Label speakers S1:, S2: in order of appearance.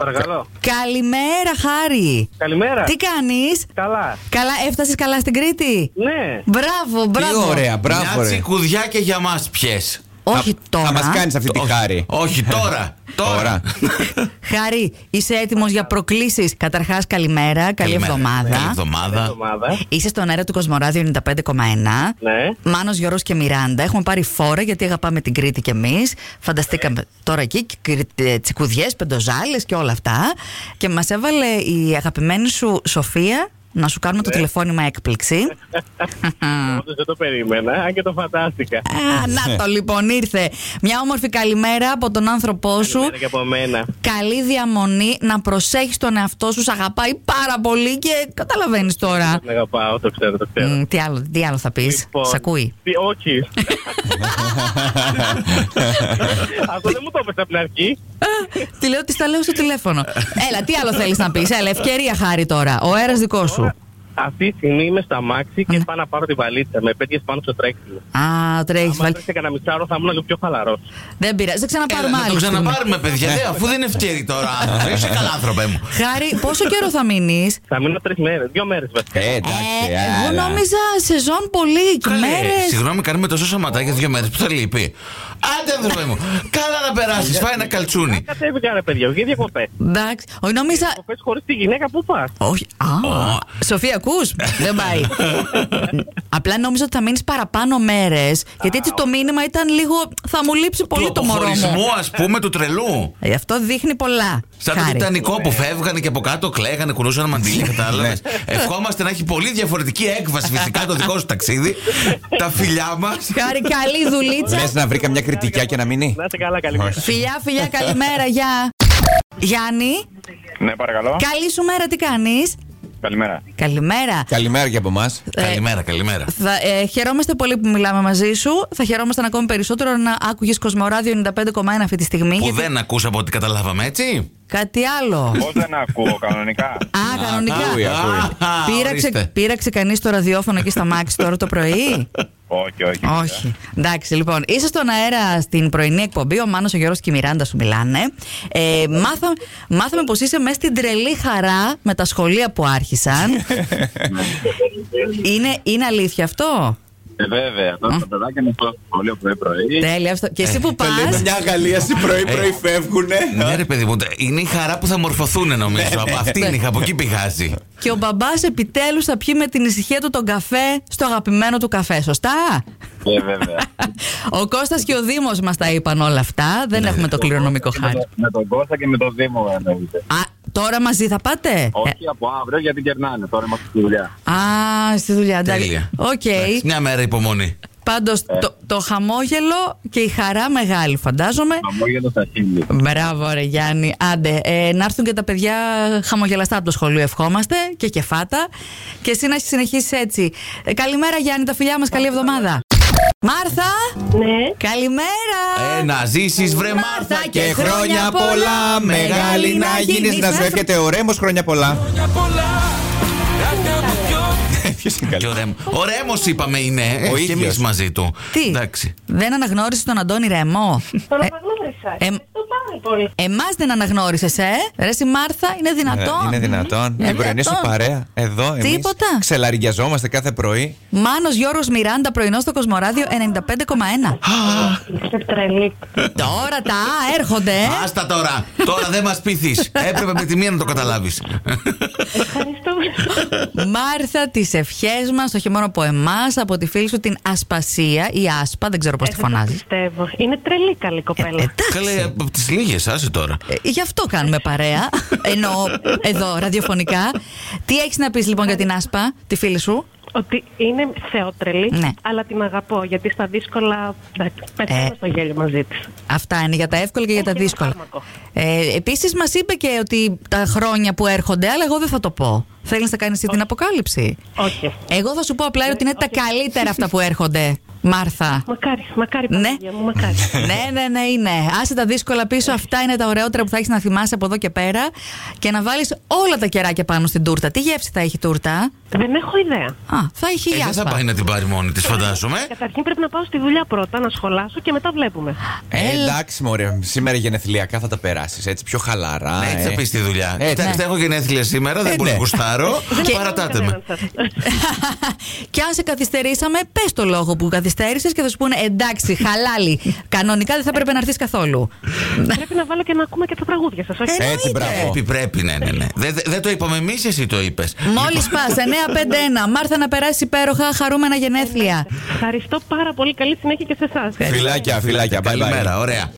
S1: Παρακαλώ.
S2: Καλημέρα, Χάρη.
S1: Καλημέρα.
S2: Τι κάνεις.
S1: Καλά.
S2: Καλά, έφτασες καλά στην Κρήτη.
S1: Ναι.
S2: Μπράβο,
S3: Τι
S2: μπράβο.
S3: ωραία, μπράβο.
S4: Μια
S3: Ρε.
S4: τσικουδιά και για μας πιες.
S2: Όχι τώρα.
S3: Θα μας κάνεις αυτή τη
S4: Όχι-
S3: χάρη.
S4: Όχι τώρα. Τώρα.
S2: Χάρη, είσαι έτοιμος για προκλήσεις. Καταρχάς, καλημέρα. Καλή
S4: Καλημέρα. Καλή
S2: εβδομάδα.
S4: εβδομάδα.
S1: Εβδομάδα.
S2: Είσαι στον αέρα του Κοσμοράδιο 95,1.
S1: Ναι.
S2: Μάνος Γιώργος και Μιράντα. Έχουμε πάρει φόρα γιατί αγαπάμε την Κρήτη κι εμείς. Φανταστήκαμε τώρα εκεί και κρι- ε, τσικουδιές, πεντοζάλες και όλα αυτά. Και μας έβαλε η αγαπημένη σου Σοφία να σου κάνουμε το τηλεφώνημα έκπληξη.
S1: Όντως δεν το περίμενα, αν και το φαντάστηκα.
S2: Α, να το λοιπόν ήρθε. Μια όμορφη καλημέρα από τον άνθρωπό σου.
S1: Καλημέρα και από μένα.
S2: Καλή διαμονή, να προσέχεις τον εαυτό σου, σ' αγαπάει πάρα πολύ και καταλαβαίνεις τώρα.
S1: Την αγαπάω, το ξέρω, το ξέρω.
S2: Μ, τι, άλλο, τι άλλο θα πεις,
S1: Λοιπόν,
S2: σ' ακούει.
S1: τι- όχι. Αυτό δεν μου το έπεσε από την αρχή.
S2: Ε, Τη λέω ότι στα λέω στο τηλέφωνο. Έλα, τι άλλο θέλεις να πεις. Έλα, ευκαιρία χάρη τώρα. Ο αέρας δικός σου.
S1: Αυτή τη στιγμή είμαι στα μάξι και
S2: Ναι.
S1: πάω να πάρω τη βαλίτσα. Με πέτυχες πάνω στο τρέξιμο.
S2: Α, τρέχεις.
S1: Αν ήρθε κανένα μισάρο θα ήμουν λίγο πιο χαλαρός.
S2: Δεν πειράζει. Δεν
S4: Έλα,
S2: ξαναπάρουμε
S4: Ε, να το
S2: άλλη στιγμή.
S4: ξαναπάρουμε,
S3: Ναι.
S4: παιδιά. Δε, αφού δεν ευκαιρεί τώρα. άνθρωπο. Είσαι καλά, άνθρωπε μου.
S2: Χάρη, πόσο καιρό θα μείνεις.
S1: Θα μείνω τρεις μέρες, δύο μέρες βασικά.
S3: Ε, εντάξει,
S2: εγώ
S3: άρα.
S2: νόμιζα σεζόν πολύ και
S4: Καλέ,
S2: μέρες.
S4: Συγγνώμη, κάνουμε τόσο σαματάκια δύο μέρες που θα λείπει. Άντε, άνθρωπε μου. Καλά να περάσεις. Φάει ένα καλτσούνι.
S1: Κατέβηκα ρε παιδιά, βγήκε διακοπές.
S2: Εντάξει. Όχι, νόμιζα.
S1: Διακοπές χωρίς τη γυναίκα, πού πας.
S2: Όχι. Α, Σοφία, ακού. Δεν πάει. Απλά νόμιζα ότι θα μείνεις παραπάνω μέρες. Γιατί έτσι το μήνυμα ήταν λίγο. Θα μου λείψει πολύ το
S4: Του
S2: μωρό μου.
S4: αποχωρισμού, ας πούμε, του τρελού.
S2: Ε, Αυτό δείχνει πολλά.
S4: Σαν το
S2: Χάρη.
S4: Τιτανικό που φεύγανε και από κάτω κλαίγανε, κουνούσαν μαντίλια, κατάλαβες.
S3: Ναι.
S4: Ευχόμαστε να έχει πολύ διαφορετική έκβαση φυσικά το δικό σου ταξίδι. Τα φιλιά μας.
S2: Χάρη, καλή δουλίτσα.
S3: Λες να βρήκα μια κριτικιά και να μείνει.
S1: Να είστε καλά, καλή
S2: Φιλιά, φιλιά, καλημέρα, γεια. Γιάννη,
S5: Ναι, παρακαλώ.
S2: καλή σου μέρα, τι κάνεις.
S5: Καλημέρα.
S2: Καλημέρα.
S3: Καλημέρα και από εμάς.
S2: Ε,
S4: Καλημέρα, καλημέρα.
S2: Θα, ε, χαιρόμαστε πολύ που μιλάμε μαζί σου. Θα χαιρόμασταν ακόμη περισσότερο να άκουγες Κοσμοράδιο 95,1 αυτή τη στιγμή.
S4: Που
S2: γιατί
S4: δεν ακούσα από ό,τι καταλάβαμε, έτσι.
S2: Κάτι άλλο.
S5: Πώ δεν ακούω κανονικά.
S2: Α,
S3: ακούει,
S2: κανονικά.
S3: ακούει.
S4: Α,
S2: Πήραξε,
S4: ορίστε.
S2: πήραξε κανείς το ραδιόφωνο εκεί στα Μάξι τώρα το πρωί.
S5: όχι, όχι.
S2: Όχι. Εντάξει, λοιπόν, είσαι στον αέρα στην πρωινή εκπομπή. Ο Μάνος, ο Γιώργος και η Μιράντα σου μιλάνε. Ε, μάθα, μάθαμε πως είσαι μέσα στην τρελή χαρά με τα σχολεία που άρχισαν. είναι, είναι αλήθεια αυτό.
S5: Ε, βέβαια, τώρα τα παιδάκια μου στο σχολείο
S4: Ε,
S5: πρωί-πρωί.
S2: Τέλεια. Αυτό. Και εσύ που πας,
S3: μια γαλλίαση πρωί-πρωί φεύγουνε.
S4: Ναι, ρε παιδί μου, είναι η χαρά που θα μορφωθούν
S2: Ναι.
S4: νομίζω. από αυτή είναι η από εκεί πηγάζει.
S2: και ο μπαμπάς επιτέλους θα πιει με την ησυχία του τον καφέ στο αγαπημένο του καφέ. Σωστά.
S5: Ε, βέβαια.
S2: Ο Κώστας και ο Δήμος μας τα είπαν όλα αυτά.
S4: Ναι.
S2: Δεν έχουμε το Ε. κληρονομικό
S4: Ε,
S2: χάρη.
S5: με τον Κώστα και με τον Δήμο, εννοείται.
S2: Α, τώρα μαζί θα πάτε. Ε,
S5: Όχι από αύριο γιατί κερνάνε, τώρα είμαστε στη δουλειά.
S2: Α, στη δουλειά, εντάξει.
S4: Τέλεια.
S2: Οκ.
S4: Εντάξει,
S3: ναι.
S4: Μια μέρα υπομονή.
S2: Πάντως
S3: Ε.
S2: το, το χαμόγελο και η χαρά μεγάλη, φαντάζομαι.
S5: Χαμόγελο στα χείλη.
S2: Μπράβο, ρε Γιάννη. Άντε, ε, να έρθουν και τα παιδιά χαμογελαστά από το σχολείο, ευχόμαστε και κεφάτα. Και εσύ να συνεχίσεις έτσι. Ε, καλημέρα, Γιάννη, τα φιλιά μας, καλή εβδομάδα. Μάρθα!
S6: Ναι.
S2: Καλημέρα!
S4: Ε, να ζήσεις, βρε Μάρθα, και χρόνια πολλά. Μεγάλη να γίνεις.
S3: γίνεις να σου εύχεται ο Ρέμος χρόνια πολλά. Ποιος είναι
S4: Και
S3: καλός.
S4: ο Ρέμος. Ο Ρέμος είπαμε είναι. ε, και
S3: ίδιος.
S4: εμείς μαζί του.
S2: Τι,
S4: Εντάξει.
S2: δεν αναγνώρισε τον Αντώνη Ρεμό.
S6: Τον
S2: ε,
S6: αναγνώρισα.
S2: ε,
S6: Ευχαριστώ πάρα πολύ.
S2: εμάς δεν αναγνώρισες, ε! Ρε, η Μάρθα, είναι δυνατόν.
S3: Ε, Είναι δυνατόν.
S2: Είναι
S3: Την πρωινή σου
S2: δυνατόν.
S3: παρέα. Εδώ εμείς
S2: Τίποτα.
S3: Ξελαριαζόμαστε κάθε πρωί.
S2: Μάνος Γιώργος Μιράντα, πρωινός στο Κοσμοράδιο 95,1.
S6: Είστε τρελή.
S2: Τώρα τα «α» έρχονται. ε.
S4: Άστα τώρα. Τώρα δεν μας πείθεις. Έπρεπε με τη μία να το καταλάβεις.
S6: Ευχαριστώ.
S2: Μάρθα, τι ευχές μας, το χειμώνα από εμάς, από τη φίλη σου την Ασπασία ή Άσπα, δεν ξέρω πώς τη
S6: Ε, δεν το
S2: φωνάζεις.
S6: πιστεύω. Είναι τρελή καλή
S2: Ε,
S6: κοπέλα.
S4: Καλέ, από τις λίγες, άσε τώρα.
S2: Γι' αυτό κάνουμε παρέα. Εννοώ εδώ, ραδιοφωνικά. Τι έχεις να πεις λοιπόν για την Άσπα, τη φίλη σου.
S6: Ότι είναι θεότρελη,
S2: Ναι.
S6: αλλά την αγαπώ γιατί στα δύσκολα. εντάξει, Πεθαίνω
S2: Ε.
S6: στο γέλιο μαζί της.
S2: Αυτά είναι για τα εύκολα και για τα
S6: Έχει ένα
S2: δύσκολα.
S6: φάρμακο.
S2: Ε, Επίσης, μας είπε και ότι τα χρόνια που έρχονται, αλλά εγώ δεν θα το πω. Θέλεις να κάνεις την αποκάλυψη.
S6: Όχι.
S2: Εγώ θα σου πω απλά ότι είναι τα καλύτερα αυτά που έρχονται, Μάρθα.
S6: Μακάρι, μακάρι,
S2: Ναι.
S6: Παναγία μου, μακάρι.
S2: ναι, ναι, ναι, είναι. Άσε τα δύσκολα πίσω. Αυτά είναι τα ωραιότερα που θα έχεις να θυμάσαι από εδώ και πέρα. Και να βάλεις όλα τα κεράκια πάνω στην τούρτα. Τι γεύση θα έχει η τούρτα.
S6: Δεν έχω ιδέα.
S2: Α, θα έχει
S4: Ε, δεν θα πάει να την πάρει μόνη
S2: Ε,
S4: τη, φαντάζομαι.
S6: Καταρχήν πρέπει να πάω στη δουλειά πρώτα, να σχολάσω και μετά βλέπουμε.
S3: Ε,
S2: Έλα.
S3: εντάξει, μωρέ. Σήμερα γενεθλιακά θα τα περάσεις έτσι πιο χαλαρά.
S4: Ναι, έτσι
S3: ε.
S4: θα πεις τη δουλειά.
S3: Έτσι.
S4: Κοιτάξτε, έχω γενέθλια σήμερα, δεν
S3: Ε,
S4: μπορώ να
S3: ναι.
S4: γουστάρω.
S6: Δεν
S4: Παρατάτε με.
S6: απαντάω κανέναν σας.
S2: και αν σε καθυστερήσαμε, πες το λόγο που καθυστέρησες και θα σου πούνε εντάξει, χαλάλι. Κανονικά δεν θα πρέπει να έρθεις καθόλου.
S6: Πρέπει να βάλω και να ακούμε και τα τραγούδια σας. Όχι.
S2: Ε.
S3: Έτσι, μπράβο.
S4: Πρέπει, πρέπει, ναι, ναι. ναι. Δεν δε, δεν το είπαμε εμείς, εσύ το Λοιπόν, είπες.
S2: Μόλις πα, 951, Μάρθα να περάσει υπέροχα, χαρούμενα γενέθλια.
S6: Ευχαριστώ πάρα πολύ. Καλή συνέχεια και σε εσάς.
S2: Ε,
S3: Φιλάκια, φιλάκια. Bye bye.
S4: Καλημέρα, ωραία.